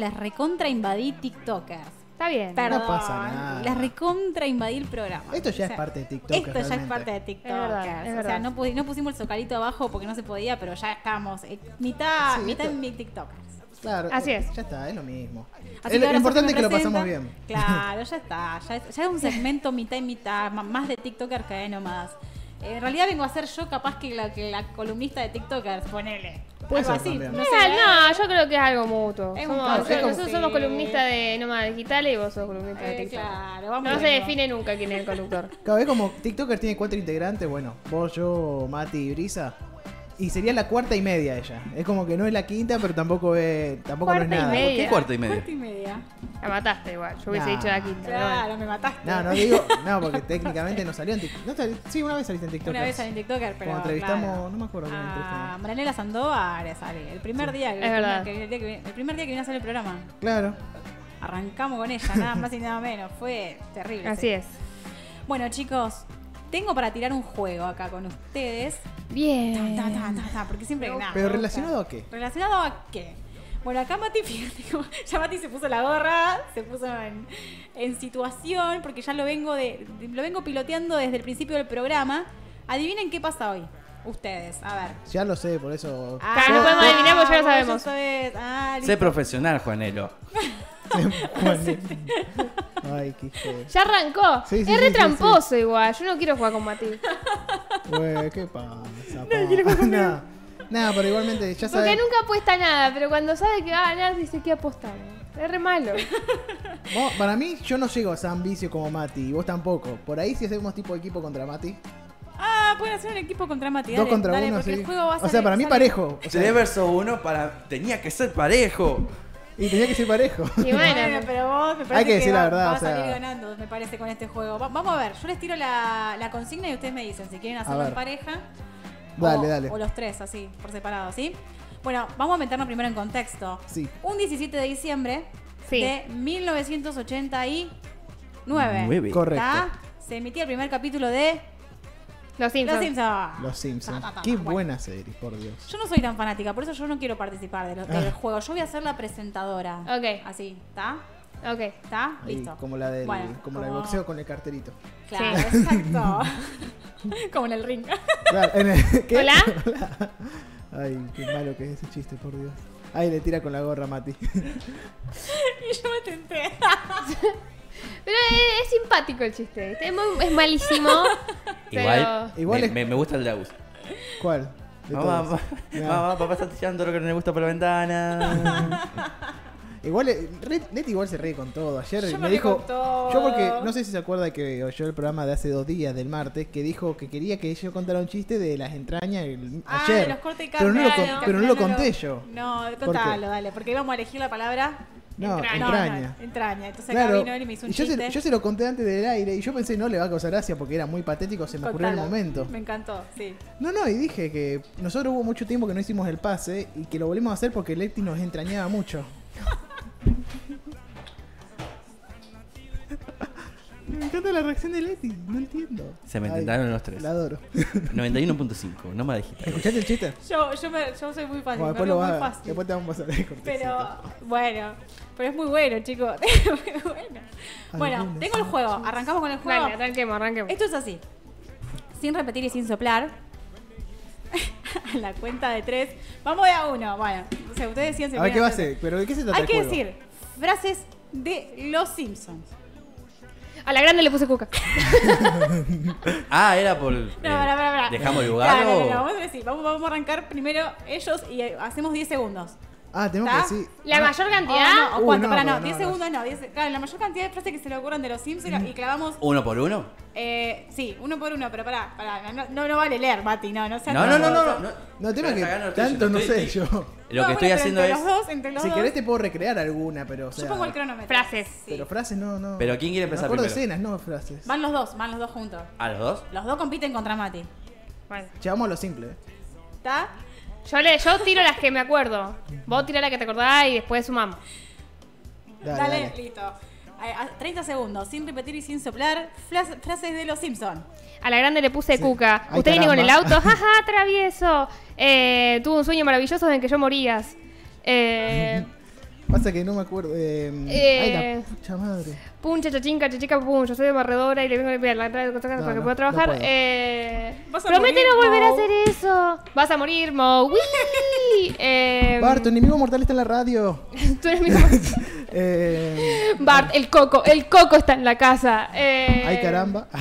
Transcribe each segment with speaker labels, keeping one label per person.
Speaker 1: Las recontra invadí TikTokers.
Speaker 2: Está bien. Ah,
Speaker 1: Perdón.
Speaker 3: pasa nada.
Speaker 1: Las recontra invadí el programa.
Speaker 3: Esto
Speaker 1: O
Speaker 3: ya es
Speaker 1: sea,
Speaker 3: parte de TikTok.
Speaker 1: Esto ya es parte de TikTokers.
Speaker 2: Es verdad, es
Speaker 1: o sea,
Speaker 2: verdad.
Speaker 1: no, pudi- no pusimos el socalito abajo porque no se podía, pero ya estábamos eh, mitad,
Speaker 3: Sí,
Speaker 1: mitad
Speaker 3: esto-
Speaker 1: en mi TikTokers.
Speaker 3: Claro, eh,
Speaker 2: Así es.
Speaker 3: Ya está, es lo mismo.
Speaker 1: Así
Speaker 3: Eh, lo
Speaker 1: ahora
Speaker 3: importante es
Speaker 1: Sofi
Speaker 3: que
Speaker 1: me
Speaker 3: lo pasamos
Speaker 1: presenta.
Speaker 3: bien.
Speaker 1: Claro, ya está. Ya es, ya es un segmento mitad y mitad, ma- más de TikTokers que de nomás. Eh, en realidad vengo a ser yo capaz que la, que la columnista de TikTokers, ponele.
Speaker 3: Puede
Speaker 1: Algo
Speaker 3: ser
Speaker 1: así.
Speaker 3: también.
Speaker 1: No
Speaker 2: Eh,
Speaker 1: sé, ¿eh?
Speaker 2: no, yo creo que es algo mutuo.
Speaker 1: Es
Speaker 2: Somos-
Speaker 1: mutuo,
Speaker 3: es como-
Speaker 2: nosotros somos
Speaker 1: sí.
Speaker 2: columnistas de Nómada Digital y vos sos columnista de
Speaker 1: Eh,
Speaker 2: TikTok.
Speaker 1: claro, vamos
Speaker 2: No se
Speaker 1: viendo.
Speaker 2: define nunca quién es el conductor.
Speaker 3: Cada vez como TikToker tiene cuatro integrantes, bueno, vos, yo, Mati y Brisa. Y sería la cuarta y media ella. Es como que no es la quinta, pero tampoco es, tampoco no es
Speaker 2: Cuarta y
Speaker 3: nada.
Speaker 2: media.
Speaker 4: ¿Qué cuarta y media?
Speaker 1: Cuarta y media.
Speaker 2: La mataste igual, yo hubiese
Speaker 3: Nah.
Speaker 2: dicho la quinta.
Speaker 1: Claro, me mataste.
Speaker 3: No, no digo, no, porque técnicamente no salió en TikTok. No salió- sí, una vez saliste en TikTok.
Speaker 1: Una vez salí en TikToker, pero.
Speaker 3: Cuando entrevistamos,
Speaker 1: claro.
Speaker 3: no me acuerdo quién
Speaker 1: A
Speaker 3: entrevistamos.
Speaker 1: Maranela Sandoval salí. El primer día que-
Speaker 2: Es verdad.
Speaker 1: que- el día que- el primer día que vino a hacer el programa.
Speaker 3: Claro.
Speaker 1: Arrancamos con ella, nada más y nada menos. Fue terrible.
Speaker 2: Así es.
Speaker 1: Bueno, chicos, tengo para tirar un juego acá con ustedes. Ta,
Speaker 2: Bien.
Speaker 1: ta, ta, ta,
Speaker 2: Eh,
Speaker 1: ta, porque siempre que nada. me
Speaker 3: Pero
Speaker 1: gusta.
Speaker 3: relacionado a qué?
Speaker 1: ¿Relacionado a qué? Bueno, acá Mati, fíjate cómo- ya Mati se puso la gorra, se puso en, en situación, porque ya lo vengo de, de- lo vengo piloteando desde el principio del programa. Adivinen qué pasa hoy, ustedes, a ver.
Speaker 3: Ya lo sé, por eso.
Speaker 2: Ah, no podemos adivinar porque ya lo
Speaker 1: vos
Speaker 2: sabemos.
Speaker 1: sabés. Ah,
Speaker 4: Sé
Speaker 1: listo.
Speaker 4: profesional, Juanelo.
Speaker 3: Ay, qué hijo de-
Speaker 2: Ya arrancó.
Speaker 3: Sí, sí,
Speaker 2: es
Speaker 3: sí,
Speaker 2: re
Speaker 3: sí,
Speaker 2: tramposo igual. Yo no quiero jugar con Mati.
Speaker 3: Güey, ¿qué pasa? pa? No, no, pero igualmente ya
Speaker 2: Porque
Speaker 3: sabes.
Speaker 2: nunca apuesta nada, pero cuando sabe que va a ganar dice que apostaron. Es re malo.
Speaker 3: Vos- para mí, yo no llego a San Vicio como Mati, y vos tampoco. Por ahí si hacemos tipo equipo contra Mati.
Speaker 1: Ah, pueden hacer un equipo contra Mati.
Speaker 3: dos
Speaker 1: dale,
Speaker 3: contra
Speaker 1: dale,
Speaker 3: uno,
Speaker 1: porque
Speaker 3: sí.
Speaker 1: el juego va a
Speaker 3: o sea,
Speaker 1: salir-
Speaker 3: para mí
Speaker 1: sale-
Speaker 3: parejo. o sea,
Speaker 4: 3 versus 1 para... tenía que ser parejo.
Speaker 3: y tenía que ser parejo.
Speaker 2: Y
Speaker 1: Bueno,
Speaker 2: bueno,
Speaker 1: pero vos me parece
Speaker 3: que decir
Speaker 1: va-
Speaker 3: la verdad,
Speaker 1: vas
Speaker 3: o sea.
Speaker 1: a salir ganando, me parece, con este juego. Va- vamos a ver, yo les tiro la, la consigna y ustedes me dicen si quieren hacerlo
Speaker 3: ver.
Speaker 1: en pareja.
Speaker 3: Dale,
Speaker 1: o,
Speaker 3: dale.
Speaker 1: O los tres, así, por separado, ¿sí? Bueno, vamos a meternos primero en contexto.
Speaker 3: Sí.
Speaker 1: Un 17 de diciembre
Speaker 2: Sí.
Speaker 1: de 1989.
Speaker 4: Nueve.
Speaker 3: Correcto.
Speaker 1: ¿tá? Se emitía el primer capítulo de
Speaker 2: los Simpsons.
Speaker 1: Los Simpsons.
Speaker 3: Los Simpsons.
Speaker 1: Ta, ta, ta,
Speaker 3: Qué
Speaker 1: bueno.
Speaker 3: buena serie, por Dios.
Speaker 1: Yo no soy tan fanática, por eso yo no quiero participar de lo- del
Speaker 3: Ah.
Speaker 1: juego. Yo voy a ser la presentadora.
Speaker 2: Ok.
Speaker 1: Así, ¿está?
Speaker 2: Ok.
Speaker 1: ¿Está?
Speaker 3: Ahí,
Speaker 1: Listo.
Speaker 3: como la del
Speaker 1: Bueno,
Speaker 3: como la del boxeo con el carterito.
Speaker 1: Claro,
Speaker 2: Sí.
Speaker 1: exacto. Como en el ring.
Speaker 3: Claro, en el- ¿qué?
Speaker 2: ¿Hola?
Speaker 3: Ay, qué malo que es ese chiste, por Dios. Ahí le tira con la gorra a Mati.
Speaker 1: Y yo me tenté.
Speaker 2: Pero es, es simpático el chiste. ¿viste? Es, muy- es malísimo. pero...
Speaker 4: Igual,
Speaker 3: Igual
Speaker 4: me,
Speaker 3: es-
Speaker 4: me- me gusta el Daus.
Speaker 3: ¿Cuál? De
Speaker 4: Mamá,
Speaker 3: todos.
Speaker 4: mamá,
Speaker 3: Mirá.
Speaker 4: mamá, papá está tirando lo que no le gusta por la ventana.
Speaker 3: Igual, eh, Red- Neti igual se ríe con todo. Ayer
Speaker 1: Yo me
Speaker 3: me
Speaker 1: río
Speaker 3: dijo.
Speaker 1: con todo.
Speaker 3: Yo, porque no sé si se acuerda que oyó el programa de hace dos días, del martes, que dijo que quería que yo contara un chiste de las entrañas el-
Speaker 1: Ah,
Speaker 3: ayer.
Speaker 1: de los cortes y
Speaker 3: pero no lo,
Speaker 1: carne,
Speaker 3: con-
Speaker 1: al
Speaker 3: pero no lo
Speaker 1: final
Speaker 3: conté yo.
Speaker 1: No,
Speaker 3: qué?
Speaker 1: contalo, dale, porque íbamos a elegir la palabra.
Speaker 3: No,
Speaker 2: Entraña.
Speaker 1: No,
Speaker 3: entraña.
Speaker 1: no, entraña. Entonces acá
Speaker 3: Claro,
Speaker 1: vino él y me hizo un
Speaker 3: y yo,
Speaker 1: chiste.
Speaker 3: se, yo se lo conté antes del aire y yo pensé no le va a causar gracia porque era muy patético, se me ocurrió en el
Speaker 1: Contalo.
Speaker 3: momento.
Speaker 1: Me encantó, sí.
Speaker 3: No, no, y dije que nosotros hubo mucho tiempo que no hicimos el pase y que lo volvimos a hacer porque Leti nos entrañaba mucho. Me encanta la reacción de Leti, no entiendo.
Speaker 4: Se me intentaron los tres.
Speaker 3: La adoro.
Speaker 4: 91.5, no me dijiste.
Speaker 3: ¿Escuchaste el chiste?
Speaker 1: Yo, yo, me- yo soy muy fácil,
Speaker 3: Bueno,
Speaker 1: me
Speaker 3: después,
Speaker 1: río
Speaker 3: lo
Speaker 1: muy
Speaker 3: vas,
Speaker 1: fácil.
Speaker 3: después te vamos a pasar el cortecito.
Speaker 1: Pero bueno, pero es muy bueno, chicos. Muy bueno. bueno,
Speaker 3: Algunas
Speaker 1: tengo el juego. Arrancamos con el juego. Eh,
Speaker 2: Dale, arranquemos, arranquemos.
Speaker 1: Esto es así. Sin repetir y sin soplar. a la cuenta de tres. Vamos de a uno. Bueno, o sea, ustedes decían...
Speaker 3: A ver, ¿qué va a hacer? ¿Pero de qué se trata
Speaker 1: Hay
Speaker 3: el
Speaker 1: que
Speaker 3: juego?
Speaker 1: decir frases de Los Simpsons.
Speaker 2: A la grande le puse cuca.
Speaker 4: Ah, era por. eh,
Speaker 1: No, pará, pará, pará.
Speaker 4: ¿Dejamos el lugar
Speaker 1: Claro, no,
Speaker 4: o.?
Speaker 1: no, vamos a decir, vamos, vamos a arrancar primero ellos y eh, hacemos 10 segundos.
Speaker 3: Ah, tenemos que
Speaker 1: ¿Está?
Speaker 3: decir...
Speaker 2: La
Speaker 3: ah,
Speaker 2: mayor
Speaker 1: O,
Speaker 2: cantidad.
Speaker 1: Oh, no, o
Speaker 3: Uh,
Speaker 1: cuánto,
Speaker 3: no,
Speaker 1: pará,
Speaker 3: no,
Speaker 1: no, 10
Speaker 3: no, no.
Speaker 1: segundos no. 10 claro, la mayor cantidad de frases que se le ocurran de Los Simpsons y clavamos...
Speaker 4: ¿Uno por uno?
Speaker 1: eh, sí, uno por uno, pero pará, pará, no, no, no vale leer, Mati, no, no sea
Speaker 4: No, no, no, no.
Speaker 1: tramposo.
Speaker 4: No,
Speaker 3: No,
Speaker 4: Pero
Speaker 3: tenemos que...
Speaker 4: acá no estoy
Speaker 3: Tanto
Speaker 4: yo,
Speaker 3: no
Speaker 4: estoy-
Speaker 3: sé yo.
Speaker 4: Lo
Speaker 1: No,
Speaker 4: que
Speaker 1: bueno,
Speaker 4: estoy
Speaker 1: pero
Speaker 4: haciendo
Speaker 1: entre
Speaker 4: es.
Speaker 1: Los dos, entre los
Speaker 3: Si
Speaker 1: dos.
Speaker 3: querés te puedo recrear alguna, pero o sea...
Speaker 1: Yo pongo el cronómetro.
Speaker 2: frases.
Speaker 3: Pero frases no, no...
Speaker 4: Pero ¿quién quiere
Speaker 3: Me
Speaker 4: empezar
Speaker 3: acuerdo
Speaker 4: primero?
Speaker 3: escenas, no frases.
Speaker 1: Van los dos, van los dos juntos.
Speaker 4: ¿A los dos?
Speaker 1: Los dos compiten contra Mati.
Speaker 2: Bueno.
Speaker 3: Llevamos a lo simple. ¿eh?
Speaker 1: ¿Está?
Speaker 2: Yo, le, yo tiro las que me acuerdo. Vos tirá la que te acordás y después sumamos.
Speaker 3: Dale,
Speaker 1: Dale,
Speaker 3: dale.
Speaker 1: listo. A- a- 30 segundos, sin repetir y sin soplar, flas- frases de los Simpson.
Speaker 2: A la grande le puse
Speaker 3: Sí.
Speaker 2: cuca.
Speaker 3: Ay,
Speaker 2: Usted viene con el
Speaker 3: caramba.
Speaker 2: auto. Jaja, travieso. Eh, tuvo un sueño maravilloso en que yo morías. Eh,
Speaker 3: Pasa que no me acuerdo. eh, Ay,
Speaker 2: Eh.
Speaker 3: la pucha madre.
Speaker 2: Puncha, chachinca, chachica, pum, yo soy de barredora y le vengo a limpiar la entrada de cosas
Speaker 3: No,
Speaker 2: para que
Speaker 3: no,
Speaker 2: pueda trabajar.
Speaker 3: no puedo.
Speaker 2: eh,
Speaker 1: Vas a
Speaker 2: promete
Speaker 1: morir,
Speaker 2: no volver a
Speaker 1: Mo.
Speaker 2: hacer eso. Vas a morir, Mo. ¡Wii! Eh,
Speaker 3: Bart, tu enemigo mortal está en la radio.
Speaker 2: tú eres mi mamá.
Speaker 3: Eh,
Speaker 2: Bart, el coco, el coco está en la casa. Eh,
Speaker 3: ay, caramba.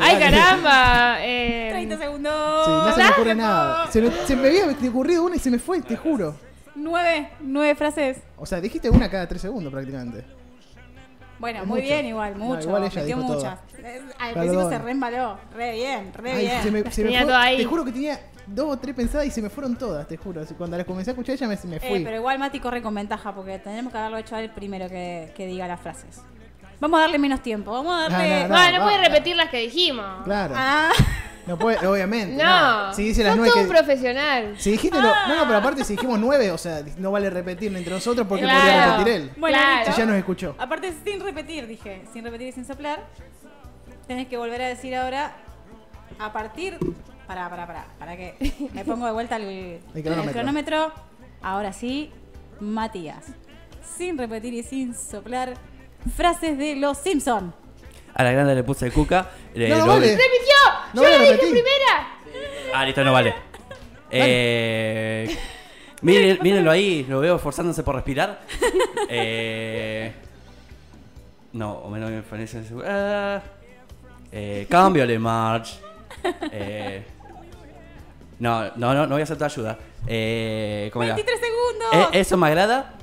Speaker 2: ¡Ay, caramba! eh,
Speaker 1: 30 segundos.
Speaker 3: Em, Sí, no se me ocurre
Speaker 2: Dale,
Speaker 3: nada. Se, me- se me había ocurrido una y se me fue, te juro.
Speaker 1: Nueve, nueve frases.
Speaker 3: O sea, dijiste una cada tres segundos prácticamente.
Speaker 1: Bueno,
Speaker 3: Es
Speaker 1: muy
Speaker 3: mucho.
Speaker 1: bien igual,
Speaker 3: No,
Speaker 1: mucho.
Speaker 3: igual ella
Speaker 1: metió
Speaker 3: dijo todo.
Speaker 1: muchas. Eh, Al
Speaker 3: Perdón.
Speaker 1: principio se reembaló. Re bien, re
Speaker 3: Ay,
Speaker 1: bien.
Speaker 3: se me, se me
Speaker 2: tenía
Speaker 3: fue-
Speaker 2: todo ahí.
Speaker 3: Te juro que tenía dos o tres pensadas y se me fueron todas, te juro. Así, Cuando las comencé a escuchar, ya me, se me
Speaker 1: Eh,
Speaker 3: fui.
Speaker 1: pero igual Mati corre con ventaja porque tenemos que haberlo hecho al primero que, que diga las frases. Vamos a darle menos tiempo. Vamos a darle.
Speaker 3: No,
Speaker 2: No, no
Speaker 3: va,
Speaker 2: puedes
Speaker 3: va.
Speaker 2: repetir las que dijimos.
Speaker 3: Claro.
Speaker 1: Ah,
Speaker 3: No puede, obviamente.
Speaker 2: No,
Speaker 3: Si dice las
Speaker 2: sos
Speaker 3: nueve.
Speaker 2: todo
Speaker 3: que-
Speaker 2: un profesional.
Speaker 3: si dijiste lo- No, no, pero aparte, si dijimos nueve, o sea, no vale repetirlo entre nosotros porque
Speaker 2: Claro.
Speaker 3: podría repetir él.
Speaker 1: bueno,
Speaker 2: Claro.
Speaker 1: listo.
Speaker 3: Si ya nos escuchó.
Speaker 1: Aparte, sin repetir, dije. Sin repetir y sin soplar. Tenés que volver a decir ahora. A partir. Pará, pará, pará. Para que me pongo de vuelta el,
Speaker 3: El cronómetro.
Speaker 1: el cronómetro. Ahora sí, Matías. Sin repetir y sin soplar. Frases de los Simpson.
Speaker 4: A la grande le puse el cuca. eh,
Speaker 3: No, no
Speaker 4: lo-
Speaker 3: vale.
Speaker 2: ¡Repitió!
Speaker 3: No
Speaker 2: ¡Yo
Speaker 3: voy a
Speaker 2: la dije
Speaker 3: repetir.
Speaker 2: primera!
Speaker 4: Ah, listo, no vale. Eh, miren- mírenlo ahí, lo veo forzándose por respirar. Eh, no, o menos me parece. Ah, eh, cámbiale, March. Eh, no, no, no, no voy a aceptar ayuda. Eh, ¿cómo era?
Speaker 1: 23
Speaker 4: Eh,
Speaker 1: segundos.
Speaker 4: eso me agrada.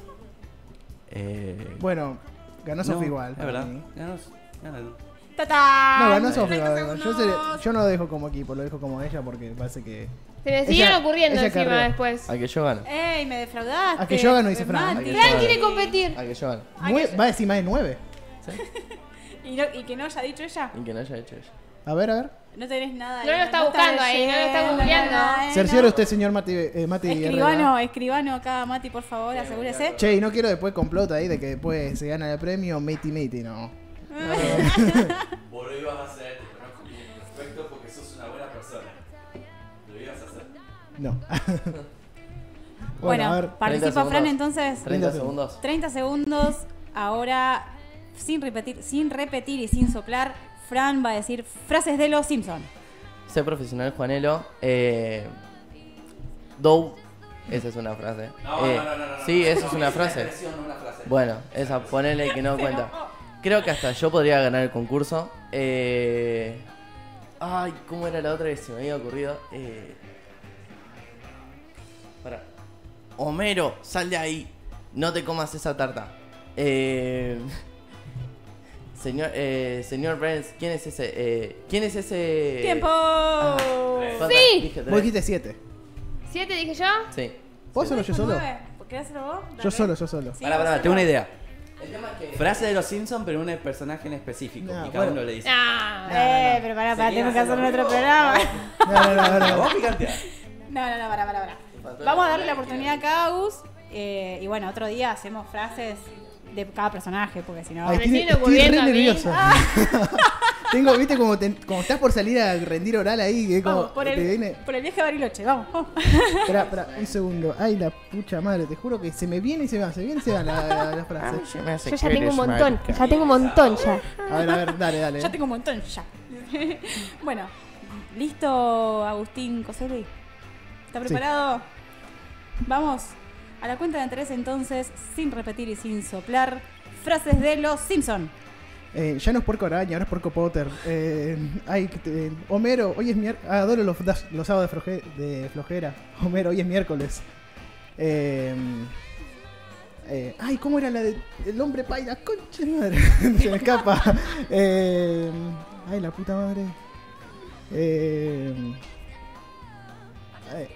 Speaker 4: Eh,
Speaker 3: Bueno, ganó Sofi
Speaker 4: no,
Speaker 3: igual.
Speaker 4: Es
Speaker 3: para
Speaker 4: verdad.
Speaker 3: mí.
Speaker 4: Ganó- ganó.
Speaker 1: ¡Tatán!
Speaker 3: No, ganó Sofi.
Speaker 1: 30
Speaker 3: ganó. Yo,
Speaker 1: segundos.
Speaker 3: se- yo no lo dejo como equipo, lo dejo como ella porque parece que.
Speaker 2: Se me siguieron
Speaker 3: Ella-
Speaker 2: ocurriendo
Speaker 3: ella
Speaker 2: encima
Speaker 3: carrió.
Speaker 2: después.
Speaker 5: A que yo gano.
Speaker 1: ¡Ey, me defraudaste! Eh,
Speaker 3: A Ah, que yo gano, dice Fran.
Speaker 1: Mati.
Speaker 3: A
Speaker 5: que yo
Speaker 2: Fran
Speaker 5: gano.
Speaker 2: quiere competir.
Speaker 5: A que yo gano.
Speaker 1: Ay,
Speaker 3: Nue-
Speaker 1: que-
Speaker 3: Va a decir más de nueve.
Speaker 1: Y, no- y que no haya dicho ella,
Speaker 5: Y que no haya hecho eso.
Speaker 3: A ver, a ver.
Speaker 1: no tenés nada. ahí,
Speaker 2: No lo está buscando ahí, no lo está
Speaker 1: leyendo,
Speaker 2: googleando.
Speaker 1: nada,
Speaker 3: Cerciore
Speaker 1: ¿no?
Speaker 3: usted, señor Mati. eh, Mati Herrera.
Speaker 1: Escribano, escribano acá, Mati, por favor, asegúrese.
Speaker 3: Che, y no quiero después complot ahí de que después se gana el premio Matey Matey, no.
Speaker 4: Vos lo ibas a hacer, te conozco bien perfecto porque sos una buena persona. Lo ibas a hacer.
Speaker 3: No.
Speaker 1: Bueno,
Speaker 3: a ver.
Speaker 1: participa Fran
Speaker 5: 30 segundos.
Speaker 1: entonces.
Speaker 5: 30 segundos.
Speaker 1: 30 segundos, ahora sin repetir, sin repetir y sin soplar, Fran va a decir frases de los Simpson.
Speaker 5: Sé profesional, Juanelo. Eh, Dow. Esa es una frase. Eh, Sí, esa es una frase. Bueno, esa ponele que no cuenta. Creo que hasta yo podría ganar el concurso. Eh, Ay, ¿cómo era la otra que se me había ocurrido? Eh... Pará. Homero, sal de ahí. No te comas esa tarta. Eh... Señor, eh, señor Burns, ¿quién es ese? Eh, ¿Quién es ese?
Speaker 1: ¡Tiempo!
Speaker 4: ah,
Speaker 5: Falta-
Speaker 2: Sí.
Speaker 5: dije tres.
Speaker 3: Vos dijiste siete.
Speaker 2: ¿Siete dije yo?
Speaker 5: Sí.
Speaker 3: ¿Vos solo, yo solo?
Speaker 1: Nueve. ¿Querés hacerlo vos? Dale.
Speaker 3: Yo solo, yo solo.
Speaker 1: Sí,
Speaker 4: Pará,
Speaker 1: vos
Speaker 4: pará,
Speaker 1: solo.
Speaker 4: tengo una idea.
Speaker 5: El tema es que.
Speaker 4: Frase de los Simpsons, pero un personaje en específico.
Speaker 3: No,
Speaker 4: y cada
Speaker 3: bueno.
Speaker 4: uno le dice.
Speaker 2: Ah.
Speaker 1: Eh, pero pará, pará,
Speaker 4: ¿Seguí
Speaker 1: tengo que hacer
Speaker 4: haciendo
Speaker 1: otro
Speaker 4: vivo?
Speaker 1: programa.
Speaker 3: No, no, no, no, no.
Speaker 4: Vos picantea.
Speaker 1: No, no, no, pará, pará, pará.
Speaker 5: Faltó
Speaker 1: Vamos a
Speaker 5: la
Speaker 1: darle la
Speaker 5: primera
Speaker 1: oportunidad a cada Agus. eh, y bueno, otro día hacemos frases de cada personaje, porque si no.
Speaker 3: Ay,
Speaker 2: me
Speaker 3: estoy,
Speaker 2: siguen
Speaker 3: estoy
Speaker 2: ocurriendo
Speaker 3: re
Speaker 2: a mí.
Speaker 3: nervioso. Tengo, viste, como, te- como estás por salir a rendir oral ahí, que es como.
Speaker 1: Vamos, por
Speaker 3: te
Speaker 1: el,
Speaker 3: viene-
Speaker 1: por el viaje a Bariloche, vamos. vamos.
Speaker 3: Espera, espera, un segundo. Ay, la pucha madre, te juro que se me viene y se va, se viene y se va la, la- la frase.
Speaker 2: Yo ya tengo un montón, ya tengo un montón ya.
Speaker 3: A ver, a ver, dale, dale.
Speaker 1: Ya tengo un montón ya. bueno, ¿listo Agustín Coseli? ¿Está preparado? Vamos. A la cuenta de tres entonces, sin repetir y sin soplar, frases de los Simpson.
Speaker 3: Eh, ya no es porco araña, ahora es porco Potter. Eh, ay, que te- Homero, hoy es miércoles. adoro los, das- los sábados de, floje- de flojera. Homero, hoy es miércoles. Eh, eh, ay, ¿cómo era la de El hombre paila? Concha de madre. Se me escapa. Eh, ay, la puta madre. Eh, ay,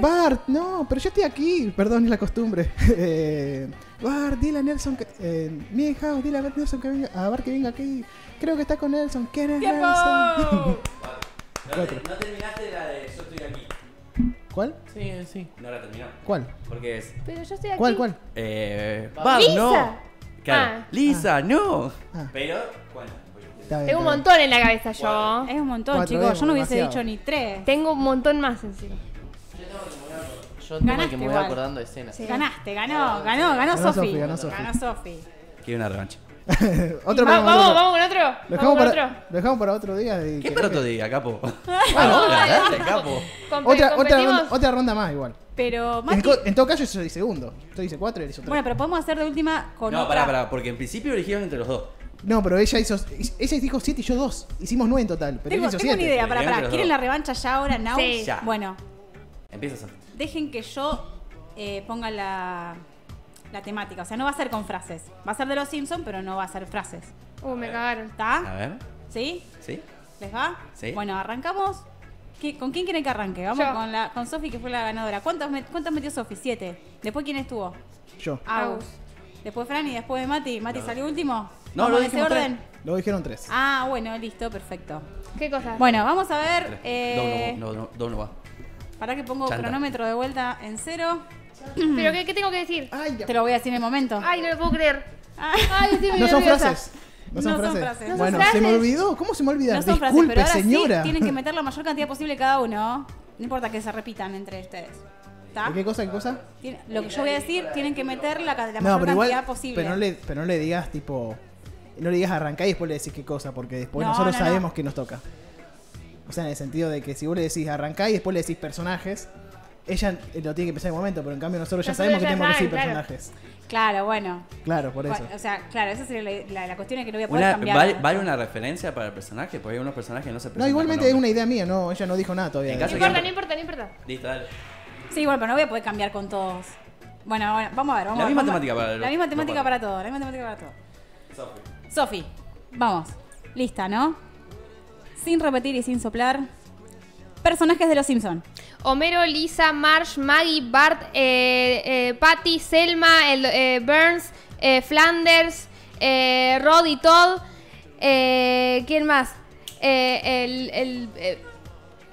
Speaker 3: Bart, no, pero yo estoy aquí. Perdón, es la costumbre. Eh, Bart, dile a Nelson que. Eh, Miren, Jao, dile a Bart Nelson que venga. A Bart que venga aquí. Creo que está con Nelson. ¿Quién es Nelson?
Speaker 1: ¡Tiempo!
Speaker 4: No, te- no terminaste la de yo estoy aquí.
Speaker 3: ¿Cuál?
Speaker 5: Sí, sí.
Speaker 4: No la terminó.
Speaker 3: ¿Cuál?
Speaker 4: Porque es.
Speaker 2: Pero yo estoy aquí.
Speaker 3: ¿Cuál? ¿Cuál?
Speaker 4: Eh,
Speaker 2: Lisa.
Speaker 4: no. Claro.
Speaker 2: Ah.
Speaker 4: Lisa, no.
Speaker 3: Ah.
Speaker 4: Pero, bueno.
Speaker 3: Está
Speaker 2: Tengo un
Speaker 3: bien, está bien.
Speaker 2: montón en la cabeza yo.
Speaker 1: Es un montón,
Speaker 3: Cuatro,
Speaker 1: chicos. Yo no hubiese
Speaker 3: demasiado.
Speaker 1: dicho ni tres.
Speaker 2: Tengo un montón más encima.
Speaker 5: Yo tengo
Speaker 1: Ganaste
Speaker 5: que me voy
Speaker 1: igual.
Speaker 5: acordando de escenas.
Speaker 2: Sí.
Speaker 1: Ganaste, ganó, ganó, ganó,
Speaker 3: Ganó
Speaker 1: Sofi.
Speaker 3: Sofi, ganó Sofi.
Speaker 1: Sofi.
Speaker 4: Quiero una revancha.
Speaker 3: Otro
Speaker 2: Va-
Speaker 3: programa,
Speaker 2: Ah, vamos,
Speaker 3: otro-
Speaker 2: vamos con otro.
Speaker 3: Lo
Speaker 2: Vamos
Speaker 3: dejamos,
Speaker 2: con
Speaker 3: para,
Speaker 2: otro.
Speaker 3: lo dejamos para otro día. y
Speaker 4: ¿Qué
Speaker 3: que-
Speaker 4: para otro día, capo? Ahora, dale, capo.
Speaker 2: Compe-
Speaker 3: Otra, otra,
Speaker 2: competimos.
Speaker 3: ronda, otra ronda más igual.
Speaker 1: Pero,
Speaker 3: En,
Speaker 1: Mati,
Speaker 3: co- en todo caso yo soy segundo. Yo hice cuatro y él hizo tres.
Speaker 1: bueno, pero podemos hacer de última con
Speaker 4: No,
Speaker 1: otra.
Speaker 4: pará, pará, porque en principio eligieron entre los dos.
Speaker 3: No, pero ella hizo. Ella dijo siete y yo dos. Hicimos nueve en total. Pero
Speaker 1: Tengo,
Speaker 3: él hizo
Speaker 1: tengo una
Speaker 3: siete.
Speaker 1: idea, pará,
Speaker 4: Bien,
Speaker 1: pará.
Speaker 4: pero-
Speaker 1: ¿Quieren la revancha ya ahora, now?
Speaker 2: Sí.
Speaker 4: Ya.
Speaker 1: Bueno,
Speaker 4: Empieza Santi.
Speaker 1: dejen que yo eh, ponga la, la temática. O sea, no va a ser con frases. Va a ser de los Simpsons, pero no va a ser frases.
Speaker 2: Uh, me cagaron.
Speaker 4: A
Speaker 1: ¿Está?
Speaker 4: ver,
Speaker 1: ¿Sí?
Speaker 4: ¿sí?
Speaker 1: ¿Les va?
Speaker 4: Sí.
Speaker 1: Bueno, arrancamos. ¿Qué- ¿Con quién quieren que arranque? Vamos
Speaker 2: Yo.
Speaker 1: con la con Sofi, que fue la ganadora. ¿Cuántos, met- cuántos metió Sofi? Siete. ¿Después quién estuvo?
Speaker 3: Yo.
Speaker 1: Agus.
Speaker 2: Agus.
Speaker 1: Después Fran y después Mati. ¿Mati salió último?
Speaker 4: No,
Speaker 1: ¿Vamos
Speaker 4: lo
Speaker 1: en ese
Speaker 4: dijimos
Speaker 1: orden?
Speaker 3: Luego dijeron tres.
Speaker 1: Ah, bueno, listo, perfecto.
Speaker 2: ¿Qué cosa?
Speaker 1: Bueno, vamos a ver.
Speaker 4: Tres.
Speaker 1: eh,
Speaker 4: Dos no, no, dos no va.
Speaker 1: Para que pongo
Speaker 4: Chanta.
Speaker 1: cronómetro de vuelta en cero.
Speaker 2: ¿Pero qué, qué tengo que decir?
Speaker 3: Ay, ya.
Speaker 1: Te lo voy a decir en el momento.
Speaker 2: Ay, no lo puedo creer.
Speaker 1: Ah,
Speaker 2: Ay, estoy muy
Speaker 3: No son
Speaker 2: nerviosa.
Speaker 3: frases. No son
Speaker 1: No son
Speaker 3: frases.
Speaker 1: frases. No son
Speaker 3: Bueno, se
Speaker 2: frases.
Speaker 3: me olvidó. ¿Cómo se me olvidó?
Speaker 1: no son frases,
Speaker 3: Disculpe,
Speaker 1: pero ahora
Speaker 3: señora.
Speaker 1: sí tienen que meter la mayor cantidad posible cada uno. No importa que se repitan entre ustedes. ¿Está?
Speaker 3: ¿Qué cosa? ¿Qué cosa?
Speaker 1: Tiene- Lo que yo voy a decir, tienen que meter la, ca- la
Speaker 3: no,
Speaker 1: mayor
Speaker 3: pero
Speaker 1: cantidad
Speaker 3: igual.
Speaker 1: posible.
Speaker 3: Pero no, le, pero no le digas, tipo. No le digas arrancar y después le decís qué cosa, porque después
Speaker 1: No,
Speaker 3: nosotros
Speaker 1: no, no.
Speaker 3: sabemos que nos toca. O sea, en el sentido de que si vos le decís arrancar y después le decís personajes, ella eh, lo tiene que pensar en el momento, pero en cambio nosotros ya
Speaker 2: Nosotros
Speaker 3: sabemos que
Speaker 2: ya
Speaker 3: tenemos que decir
Speaker 2: saben, claro.
Speaker 3: personajes.
Speaker 1: Claro, bueno.
Speaker 3: Claro, por eso.
Speaker 1: Bueno, eh, O sea, claro, esa sería la, la- la cuestión es que no voy a poder
Speaker 4: Una,
Speaker 1: cambiar.
Speaker 4: ¿vale, vale una referencia para el personaje? Porque hay unos personajes que no se
Speaker 3: No,
Speaker 4: presentan.
Speaker 3: igualmente
Speaker 4: con
Speaker 3: es una
Speaker 4: nombre.
Speaker 3: idea mía, no, ella no dijo nada todavía.
Speaker 4: En
Speaker 2: No
Speaker 4: caso-
Speaker 2: importa, no importa, no importa.
Speaker 4: Listo, dale.
Speaker 1: Sí, bueno, pero no voy a poder cambiar con todos. Bueno, bueno, vamos a ver. Vamos
Speaker 4: La
Speaker 1: a ver,
Speaker 4: misma
Speaker 1: vamos a-
Speaker 4: temática para los-
Speaker 1: La misma
Speaker 4: los
Speaker 1: temática
Speaker 4: cuatro.
Speaker 1: para todos. La misma temática para todos. Sofi, vamos. Lista, ¿no? Sin repetir y sin soplar. Personajes de los Simpson.
Speaker 2: Homero, Lisa, Marsh, Maggie, Bart, eh, eh, Patty, Selma, el- eh, Burns, eh, Flanders, eh, Rod y Todd. eh, ¿Quién más? Eh, el, el, eh,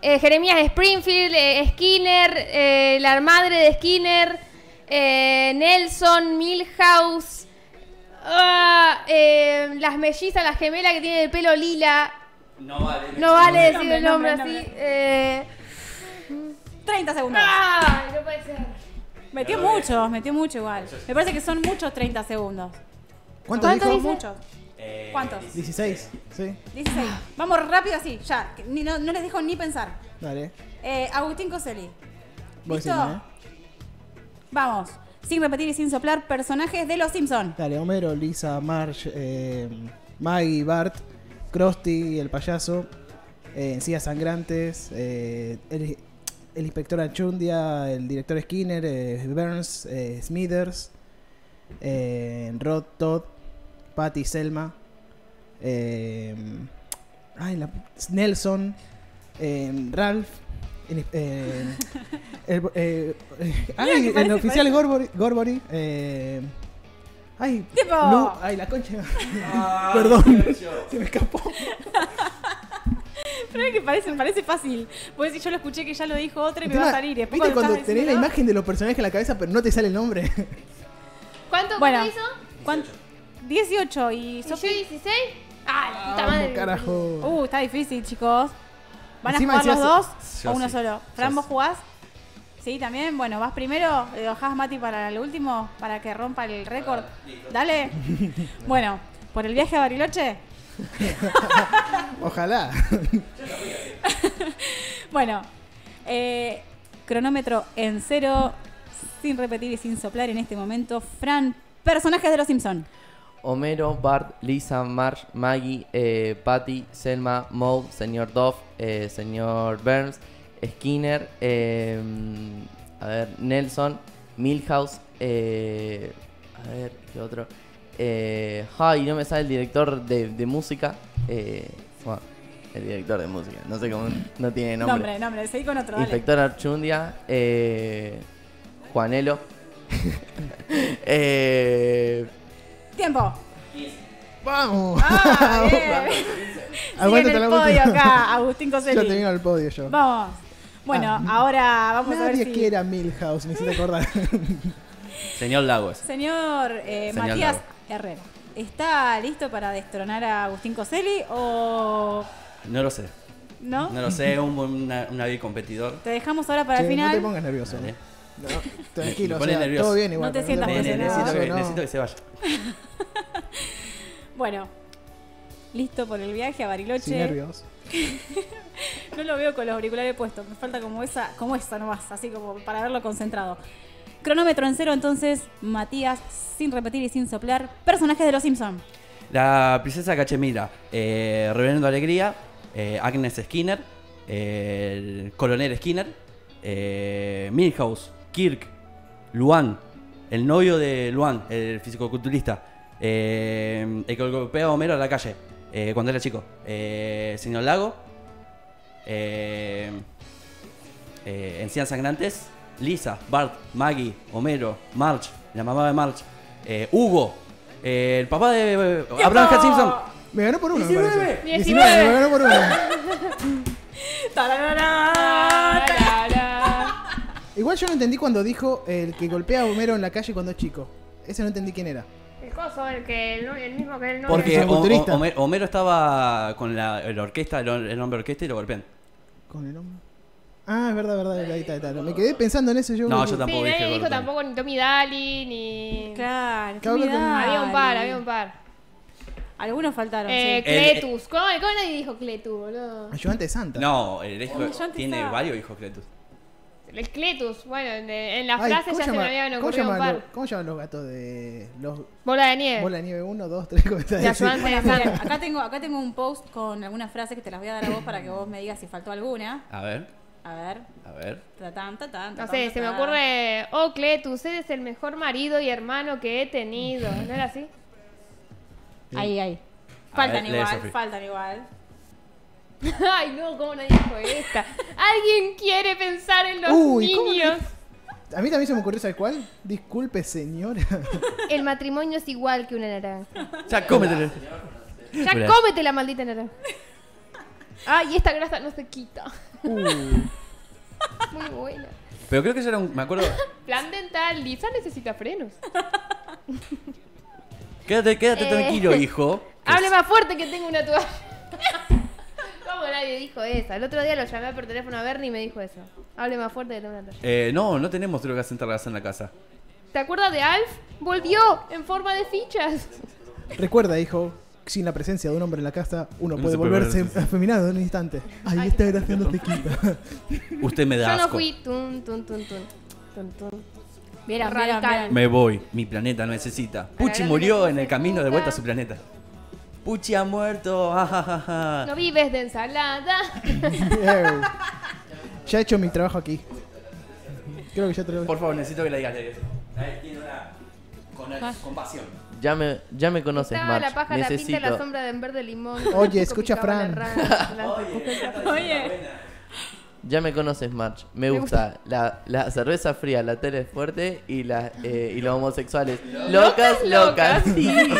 Speaker 2: eh, Jeremías Springfield, eh, Skinner, eh, la madre de Skinner, eh, Nelson, Milhouse, ah, eh, las mellizas, la gemela que tiene el pelo lila.
Speaker 4: No vale.
Speaker 2: No vale decir
Speaker 1: Nombre,
Speaker 2: el nombre
Speaker 1: nombre,
Speaker 2: así. eh,
Speaker 1: 30 segundos.
Speaker 2: ¡Ay, no puede ser!
Speaker 1: Metió
Speaker 4: Pero bien.
Speaker 1: mucho, metió mucho igual. Me parece que son muchos 30 segundos.
Speaker 3: ¿Cuántos
Speaker 1: ¿Cuántos
Speaker 3: dijo?
Speaker 1: dice? Muchos.
Speaker 4: Eh,
Speaker 1: ¿Cuántos?
Speaker 3: 16, sí.
Speaker 1: 16. Vamos rápido así, ya. que ni- no, no les dejo ni pensar.
Speaker 3: Dale.
Speaker 1: Eh, Agustín Coselli.
Speaker 3: Vos
Speaker 1: ¿Listo?
Speaker 3: decime, ¿eh?
Speaker 1: Vamos. Sin repetir y sin soplar, personajes de los Simpson.
Speaker 3: Dale, Homero, Lisa, Marge, eh, Maggie, Bart, Krusty, el payaso, eh, encías sangrantes, eh, el, el inspector Achundia, el director Skinner, eh, Burns, eh, Smithers, eh, Rod, Todd, Patty, Selma, eh, ay, la pu- Nelson, eh, Ralph, el, eh, el- eh, ay,
Speaker 1: Mira que
Speaker 3: el
Speaker 1: parece-
Speaker 3: oficial Gorbory, Gorbory, eh, Ay,
Speaker 1: Tipo-
Speaker 3: Lu- ay, la concha. Perdón, se me escapó.
Speaker 1: Pero es que parece, parece fácil. Porque si yo lo escuché que ya lo dijo otra y me
Speaker 3: Encima,
Speaker 1: va a salir. y después
Speaker 3: ¿Viste cuando
Speaker 1: estás
Speaker 3: tenés la
Speaker 1: diciendo-
Speaker 3: imagen de los personajes en la cabeza pero no te sale el nombre?
Speaker 2: ¿Cuánto
Speaker 1: Bueno,
Speaker 2: cuánto hizo?
Speaker 1: ¿cuán- 18 y
Speaker 2: ¿Y
Speaker 1: Sofi.
Speaker 2: yo 16? ¡Ah, la puta
Speaker 3: Vamos,
Speaker 2: madre!
Speaker 3: carajo.
Speaker 1: Uh, está difícil, chicos. ¿Van
Speaker 3: Encima
Speaker 1: a jugar los
Speaker 3: decías-
Speaker 1: dos
Speaker 4: Yo
Speaker 1: o uno
Speaker 4: sí.
Speaker 1: solo?
Speaker 4: Yo
Speaker 1: Fran, vos
Speaker 4: sí.
Speaker 1: jugás. Sí, también. Bueno, vas primero. Le dejás Mati para el último, para que rompa el récord. Dale. bueno, por el viaje a Bariloche.
Speaker 3: Ojalá.
Speaker 1: Bueno, eh, cronómetro en cero, sin repetir y sin soplar en este momento. Fran, personajes de los Simpson.
Speaker 5: Homero, Bart, Lisa, Marge, Maggie, eh, Patty, Selma, Moe, señor Duff, eh, señor Burns, Skinner, eh, a ver, Nelson, Milhouse, eh, a ver, ¿qué otro? Eh, ay, no me sale el director de, de música. eh, bueno, el director de música, no sé cómo, no tiene
Speaker 1: Nombre, nombre, seguí con otro, dale.
Speaker 5: Inspector Archundia, eh, Juanelo. eh,
Speaker 1: Tiempo.
Speaker 3: Vamos.
Speaker 1: Ah, bien. Sigue en
Speaker 3: Aguántate
Speaker 1: el
Speaker 3: la
Speaker 1: podio
Speaker 3: vuelta.
Speaker 1: acá, Agustín
Speaker 3: Yo
Speaker 1: Coselli.
Speaker 3: termino el podio yo.
Speaker 1: Vamos. Bueno,
Speaker 3: Ah.
Speaker 1: ahora vamos a ver
Speaker 3: Nadie
Speaker 1: si...
Speaker 3: quiere a Milhouse, me hiciste acordar.
Speaker 4: Señor Lagos.
Speaker 1: Señor eh,
Speaker 4: Señor
Speaker 1: Matías
Speaker 4: Lago.
Speaker 1: Herrera, ¿está listo para destronar a Agustín Coselli o
Speaker 4: No lo sé.
Speaker 1: no?
Speaker 4: No lo sé, un buen un hábil competidor.
Speaker 1: Te dejamos ahora para
Speaker 3: Che,
Speaker 1: el
Speaker 3: no te
Speaker 1: final.
Speaker 3: pongas nervioso.
Speaker 4: Dale.
Speaker 3: No, tranquilo,
Speaker 4: Me
Speaker 3: o
Speaker 4: pone
Speaker 3: sea,
Speaker 4: nervioso.
Speaker 3: todo bien igual.
Speaker 1: No te
Speaker 3: pero
Speaker 1: sientas
Speaker 4: Ne- ne-
Speaker 3: pasa
Speaker 1: presionado.
Speaker 4: necesito,
Speaker 3: nada,
Speaker 4: que,
Speaker 3: no.
Speaker 4: necesito que se vaya.
Speaker 1: Bueno, listo por el viaje a
Speaker 3: Sin
Speaker 1: Bariloche.
Speaker 3: nervios.
Speaker 1: No lo veo con los auriculares puestos, me falta como esa, como esa nomás, así como para verlo concentrado. Cronómetro en cero, entonces, Matías, sin repetir y sin soplar, personajes de los Simpsons.
Speaker 4: La princesa Cachemira, eh, Reverendo Alegría, eh, Agnes Skinner, eh, el coronel Skinner, eh, Milhouse, Kirk, Luan, el novio de Luan, el fisicoculturista, eh, el que golpea a Homero a la calle eh, cuando era chico, eh, señor Lago, eh, eh, Encinas Sangrantes, Lisa, Bart, Maggie, Homero, March, la mamá de March, eh, Hugo, eh, el papá de eh, Abraham H. Simpson.
Speaker 3: Me ganó por uno, me
Speaker 4: 19.
Speaker 3: parece.
Speaker 2: 19.
Speaker 3: me ganó por uno.
Speaker 1: ¡Tararara!
Speaker 3: Igual yo no entendí cuando dijo el que golpea a Homero en la calle cuando es chico. Ese no entendí quién era.
Speaker 2: El coso, el, que, el, el mismo que el novio.
Speaker 4: Porque
Speaker 3: Es un
Speaker 4: Ho-
Speaker 3: culturista.
Speaker 4: Ho- Homer- Homero estaba con la, la orquesta, el, hom- el hombre orquesta y lo golpean.
Speaker 3: Con el hombre. Ah, es verdad, verdad, ahí está, ahí está. Me quedé pensando en eso yo.
Speaker 4: No, yo
Speaker 2: Sí,
Speaker 4: tampoco dije
Speaker 2: nadie dijo
Speaker 4: Gordon.
Speaker 2: tampoco ni Tommy Daly, ni...
Speaker 1: Claro,
Speaker 3: Claro que
Speaker 1: Tommy
Speaker 3: no.
Speaker 1: Daly.
Speaker 2: Había un par, había un par.
Speaker 1: Algunos faltaron,
Speaker 2: Eh,
Speaker 1: sí.
Speaker 4: El-
Speaker 2: Cletus. ¿Cómo, cómo nadie dijo Cletus, boludo?
Speaker 3: Ayudante de Santa.
Speaker 4: No, el hijo-
Speaker 1: Yo antes
Speaker 4: tiene
Speaker 1: estaba.
Speaker 4: varios hijos Cletus.
Speaker 2: El Cletus, bueno, en, en la
Speaker 3: Ay,
Speaker 2: frase
Speaker 3: ¿cómo
Speaker 2: ya se me
Speaker 3: llama-
Speaker 2: habían
Speaker 3: ¿cómo
Speaker 2: ocurrido un
Speaker 3: llaman
Speaker 2: par.
Speaker 3: los- ¿Cómo llaman los gatos de los
Speaker 2: Bola de nieve.
Speaker 3: bola de nieve 1, 2, 3? ¿Cómo está
Speaker 2: De
Speaker 3: diciendo?
Speaker 2: ayudante de
Speaker 1: Mira,
Speaker 2: Santa.
Speaker 1: acá tengo, acá tengo un post con algunas frases que te las voy a dar a vos para que vos me digas si faltó alguna.
Speaker 4: A ver,
Speaker 1: A ver.
Speaker 4: a ver.
Speaker 1: Tatán, tatán,
Speaker 2: No
Speaker 1: tatán,
Speaker 2: sé, se me
Speaker 1: tatán.
Speaker 2: ocurre... Oh, Cletus, eres el mejor marido y hermano que he tenido. ¿No era así?
Speaker 1: Ahí, ahí.
Speaker 4: A
Speaker 1: Faltan
Speaker 4: ver, lee,
Speaker 1: igual,
Speaker 4: Sofi.
Speaker 1: faltan igual.
Speaker 2: Ay, no, cómo nadie dijo esta. Alguien quiere pensar en los
Speaker 3: Uy, ¿cómo
Speaker 2: niños.
Speaker 3: A mí también se me ocurrió, ¿sabes cuál? Disculpe, señora.
Speaker 2: El matrimonio es igual que una naranja.
Speaker 4: Ya cómetelo.
Speaker 2: Ya
Speaker 4: Mirá.
Speaker 2: cómete la maldita naranja. Ay, esta grasa no se quita.
Speaker 3: Uh,
Speaker 2: Muy buena.
Speaker 4: Pero creo que eso era un. Me acuerdo.
Speaker 2: Plan dental, Lisa necesita frenos.
Speaker 4: Quédate, quédate
Speaker 2: Eh.
Speaker 4: tranquilo, hijo. que
Speaker 2: Hable más fuerte que tengo una toalla. ¿Cómo nadie dijo eso? El otro día lo llamé por teléfono a Bernie y me dijo eso. Hable más fuerte que tengo una toalla.
Speaker 4: Eh, no, no tenemos drogas enterradas en la casa.
Speaker 2: ¿Te acuerdas de Alf? Volvió en forma de fichas.
Speaker 3: recuerda, hijo, sin la presencia de un hombre en la casa, uno
Speaker 4: No
Speaker 3: puede
Speaker 4: se puede
Speaker 3: volverse
Speaker 4: ver.
Speaker 3: afeminado en un instante. Ahí está graciando este te quita.
Speaker 4: Usted me da
Speaker 2: Yo no
Speaker 4: asco.
Speaker 2: fui. Tun, tun, tun, tun. Tun, tun.
Speaker 1: Mira,
Speaker 2: Radical.
Speaker 1: radical.
Speaker 4: Me voy, mi planeta necesita. Puchi
Speaker 2: Ahora
Speaker 4: murió
Speaker 2: no
Speaker 4: en el
Speaker 2: necesita.
Speaker 4: camino de vuelta a su planeta. Puchi ha muerto. ah, ah, ah, ah.
Speaker 2: No vives de ensalada.
Speaker 3: Bien. Ya he hecho mi trabajo aquí. Creo que ya te lo
Speaker 4: Por favor, necesito que la digas. Lele. Ahí Tiene una.
Speaker 2: Ah.
Speaker 4: Con, con pasión.
Speaker 5: Ya me, ya me conoces,
Speaker 2: Estaba
Speaker 5: March.
Speaker 2: la paja, la pinta, la
Speaker 5: Necesito.
Speaker 2: sombra de en verde limón.
Speaker 3: Oye, escucha, Fran.
Speaker 2: Ah.
Speaker 1: Oye,
Speaker 5: Ya me conoces, March. Me,
Speaker 2: Me
Speaker 5: gusta, La, la cerveza fría, la tele fuerte y, la, eh, y los homosexuales. Locas, locas.
Speaker 4: Sí.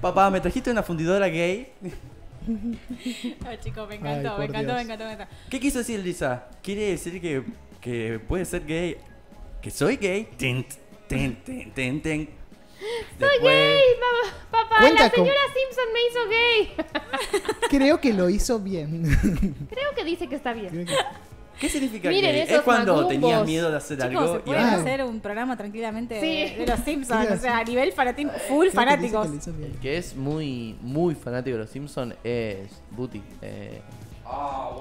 Speaker 4: Papá, ¿me trajiste una fundidora gay?
Speaker 1: Ay, chicos, me
Speaker 3: Ay,
Speaker 1: encantó, me
Speaker 3: por
Speaker 1: encantó,
Speaker 3: Dios.
Speaker 1: me encantó, me encantó.
Speaker 4: ¿Qué quiso decir Lisa? ¿Quiere decir que, que puede ser gay? ¿Que soy gay? Tin, tin, tin, tin, tin.
Speaker 2: Soy gay, mamá, papá.
Speaker 3: Cuenta
Speaker 2: la
Speaker 3: con-
Speaker 2: señora Simpson me hizo gay.
Speaker 3: Creo que lo hizo bien.
Speaker 2: Creo que dice que está bien.
Speaker 4: ¿Qué significa
Speaker 2: Miren
Speaker 4: gay? Es
Speaker 2: esos
Speaker 4: cuando
Speaker 2: macumbos.
Speaker 4: tenías miedo de hacer
Speaker 1: Chicos,
Speaker 4: algo.
Speaker 1: se
Speaker 4: y
Speaker 1: puede
Speaker 3: ahora-
Speaker 1: hacer un programa tranquilamente de-
Speaker 2: Sí.
Speaker 1: de, los Simpsons,
Speaker 3: Mira,
Speaker 1: o sea, a nivel fanatim- full
Speaker 3: Creo que dice
Speaker 1: fanáticos.
Speaker 3: que lo hizo bien.
Speaker 5: El que es muy, muy fanático de los Simpsons es Booty. eh,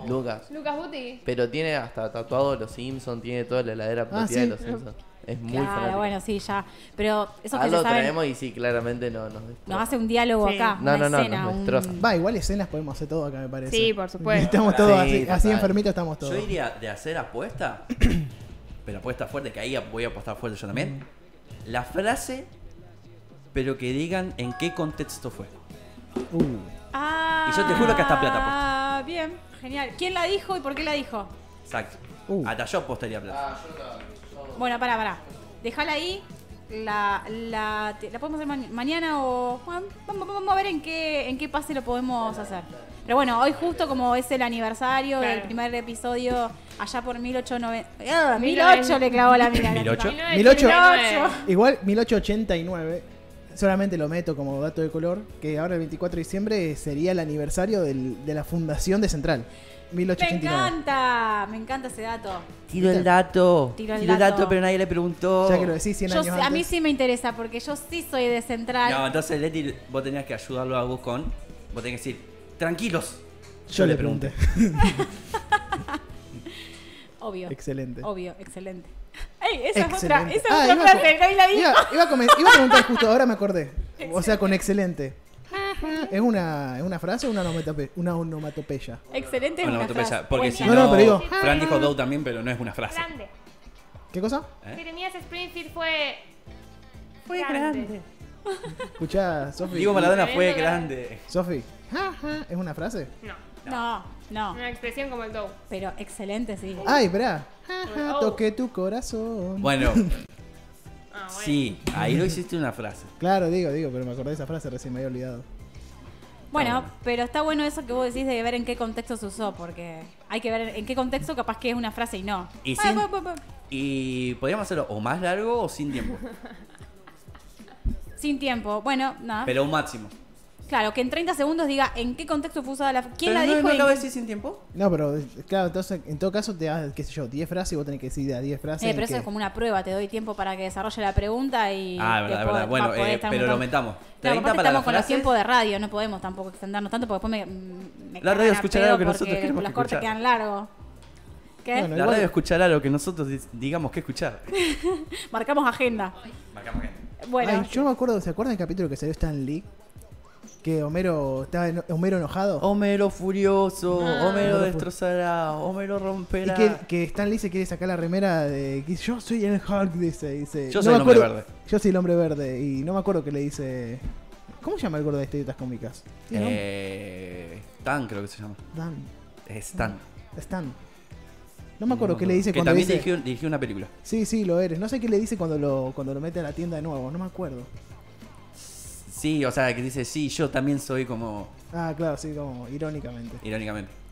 Speaker 5: Lucas.
Speaker 2: Lucas Buti.
Speaker 5: Pero tiene hasta tatuado de los Simpsons, tiene toda la heladera
Speaker 3: Ah,
Speaker 5: partida
Speaker 3: sí.
Speaker 5: de los Simpsons. Es muy
Speaker 1: claro,
Speaker 5: fanático.
Speaker 1: bueno, sí, ya. Pero eso
Speaker 5: Ah,
Speaker 1: que ya
Speaker 5: lo
Speaker 1: saben,
Speaker 5: traemos y sí, claramente no nos destroza.
Speaker 1: nos hace un diálogo
Speaker 2: Sí.
Speaker 1: acá,
Speaker 5: No,
Speaker 1: una
Speaker 5: no, no,
Speaker 1: escena,
Speaker 5: nos
Speaker 1: un-
Speaker 5: destroza.
Speaker 3: Va, igual escenas podemos hacer todo acá, me parece.
Speaker 2: Sí, por supuesto.
Speaker 3: Estamos todos
Speaker 5: Sí,
Speaker 3: así, así
Speaker 5: total.
Speaker 3: enfermitos estamos todos.
Speaker 4: Yo diría de hacer apuesta, pero apuesta fuerte, que ahí voy a apostar fuerte yo también. La frase, pero que digan en qué contexto fue.
Speaker 3: Uh,
Speaker 1: Ah,
Speaker 4: Y yo te juro que hasta plata aposta.
Speaker 1: Ah, bien, genial. ¿Quién la dijo y por qué la dijo?
Speaker 4: Exacto.
Speaker 3: Uh.
Speaker 4: Hasta yo apostaría
Speaker 1: Ah.
Speaker 4: plata.
Speaker 1: Bueno, pará, pará. Dejala ahí. La, la, te- la podemos hacer ma- mañana o. bueno, Vamos, vamos a ver en qué, en qué pase lo podemos hacer. Pero bueno, hoy justo como es el aniversario
Speaker 2: Claro.
Speaker 1: del primer episodio, allá por 1890. ¡Ah!
Speaker 2: 1890.
Speaker 1: 18 le clavó la mira. la
Speaker 4: 18.
Speaker 1: tipa.
Speaker 2: 1989.
Speaker 3: Igual 1889, solamente lo meto como dato de color, que ahora el 24 de diciembre sería el aniversario del- de la fundación de Central.
Speaker 1: Me
Speaker 3: 1889.
Speaker 1: encanta, me encanta ese dato.
Speaker 4: Tiro el dato.
Speaker 1: Tiro el dato,
Speaker 4: pero nadie le preguntó.
Speaker 3: Ya que lo decís 100
Speaker 1: Yo
Speaker 3: años
Speaker 1: sí-
Speaker 3: antes.
Speaker 1: a mí sí me interesa porque yo sí soy de central.
Speaker 4: No, entonces Leti, vos tenías que ayudarlo a vos con. Vos tenés que decir, tranquilos.
Speaker 3: Yo, le pregunté.
Speaker 1: Obvio.
Speaker 3: Excelente.
Speaker 1: Obvio, excelente. Ey, esa es otra,
Speaker 3: Excelente.
Speaker 1: esa es
Speaker 3: Ah,
Speaker 1: otra
Speaker 3: iba a-
Speaker 1: frase, no la dijo.
Speaker 3: Iba, iba a, comen- iba a preguntar justo ahora, me acordé. O sea, con excelente. ¿Es una, ¿Es una frase o una, onomatope- una onomatopeya?
Speaker 1: Excelente es
Speaker 4: Bueno,
Speaker 1: una
Speaker 4: te pensás,
Speaker 1: frase.
Speaker 4: porque
Speaker 1: Buena.
Speaker 4: si
Speaker 3: No,
Speaker 4: no,
Speaker 3: no, pero digo-
Speaker 4: Fran dijo Dow también, pero no es una frase.
Speaker 2: Grande.
Speaker 3: ¿Qué cosa?
Speaker 4: ¿Eh?
Speaker 2: Jeremías Springfield fue. Fue grande.
Speaker 3: Escuchá, Sofi.
Speaker 4: Diego Maradona fue
Speaker 2: Tremendo
Speaker 4: grande.
Speaker 3: Sofi. ¿Es una frase?
Speaker 2: No,
Speaker 1: No, no.
Speaker 2: una expresión como el Dow.
Speaker 1: Pero excelente sí.
Speaker 3: Ay, verá.
Speaker 2: Oh.
Speaker 3: Toqué tu corazón.
Speaker 4: Bueno,
Speaker 2: Ah, bueno.
Speaker 4: sí, ahí lo hiciste una frase.
Speaker 3: Claro, digo, digo, pero me acordé de esa frase, recién me había olvidado.
Speaker 1: Bueno, pero está bueno eso que vos decís de ver en qué contexto se usó, porque hay que ver en qué contexto capaz que es una frase y no.
Speaker 4: Y
Speaker 1: Ah,
Speaker 4: sin-
Speaker 1: bu- bu- bu-
Speaker 4: Y podríamos hacerlo o más largo o sin tiempo,
Speaker 1: Sin tiempo. Bueno, nada.
Speaker 4: pero un máximo.
Speaker 1: claro, que en 30 segundos diga en qué contexto fue usada la frase. ¿Quién
Speaker 4: Pero
Speaker 1: la
Speaker 4: no,
Speaker 1: dijo?
Speaker 4: ¿No
Speaker 1: y en
Speaker 4: acabo
Speaker 1: qué-
Speaker 4: de decir sin tiempo?
Speaker 3: No, pero eh, claro, entonces, en todo caso, te das, qué sé yo, 10 frases y vos tenés que decir a 10 frases.
Speaker 1: Eh,
Speaker 3: en
Speaker 1: pero eso
Speaker 3: que-
Speaker 1: es como una prueba, te doy tiempo para que desarrolle la pregunta y.
Speaker 4: Ah, verdad,
Speaker 1: te
Speaker 4: verdad.
Speaker 1: pod-
Speaker 4: Bueno,
Speaker 1: pa- podés
Speaker 4: eh,
Speaker 1: estar
Speaker 4: pero
Speaker 1: un
Speaker 4: lo
Speaker 1: montón.
Speaker 4: aumentamos.
Speaker 1: Claro,
Speaker 4: 30
Speaker 1: aparte
Speaker 4: para
Speaker 1: estamos
Speaker 4: las
Speaker 1: con los
Speaker 4: frases.
Speaker 1: tiempos de radio, no podemos tampoco extendernos tanto porque después me. mm, me
Speaker 4: La radio
Speaker 1: cagan a
Speaker 4: escuchará
Speaker 1: pedo
Speaker 4: lo que nosotros
Speaker 1: porque
Speaker 4: queremos
Speaker 1: Los cortes
Speaker 4: escuchar.
Speaker 1: quedan largos. ¿Qué?
Speaker 3: Bueno,
Speaker 4: La
Speaker 3: igual-
Speaker 4: radio escuchará lo que nosotros dis- digamos que escuchar.
Speaker 1: Marcamos agenda.
Speaker 4: Marcamos que-
Speaker 1: Bueno,
Speaker 3: Ay, yo me acuerdo, ¿se acuerdan del capítulo que salió Stan Lee? Que Homero estaba eno- Homero enojado.
Speaker 4: Homero furioso,
Speaker 1: Ah.
Speaker 4: Homero
Speaker 3: Homero
Speaker 4: destrozará, Homero
Speaker 3: y
Speaker 4: romperá.
Speaker 3: que, que Stan Lee se quiere sacar la remera de que yo soy el Hulk, dice. dice.
Speaker 4: Yo soy
Speaker 3: me
Speaker 4: el hombre
Speaker 3: acuerdo-
Speaker 4: verde.
Speaker 3: Yo soy el hombre verde. Y no me acuerdo que le dice. ¿Cómo se llama el gordo de historietas cómicas? ¿Tiene nombre?
Speaker 4: Eh, Stan creo que se llama.
Speaker 3: Dan.
Speaker 4: Stan.
Speaker 3: Stan. No me acuerdo qué le dice
Speaker 4: Que
Speaker 3: cuando
Speaker 4: también
Speaker 3: dice.
Speaker 4: dirigió, dirigió una película.
Speaker 3: Sí, sí, lo eres. No sé qué le dice cuando lo, cuando lo mete a la tienda de nuevo, no me acuerdo.
Speaker 4: Sí, o sea, que dice, sí, yo también soy como,
Speaker 3: Ah, claro, sí, como irónicamente.
Speaker 4: irónicamente.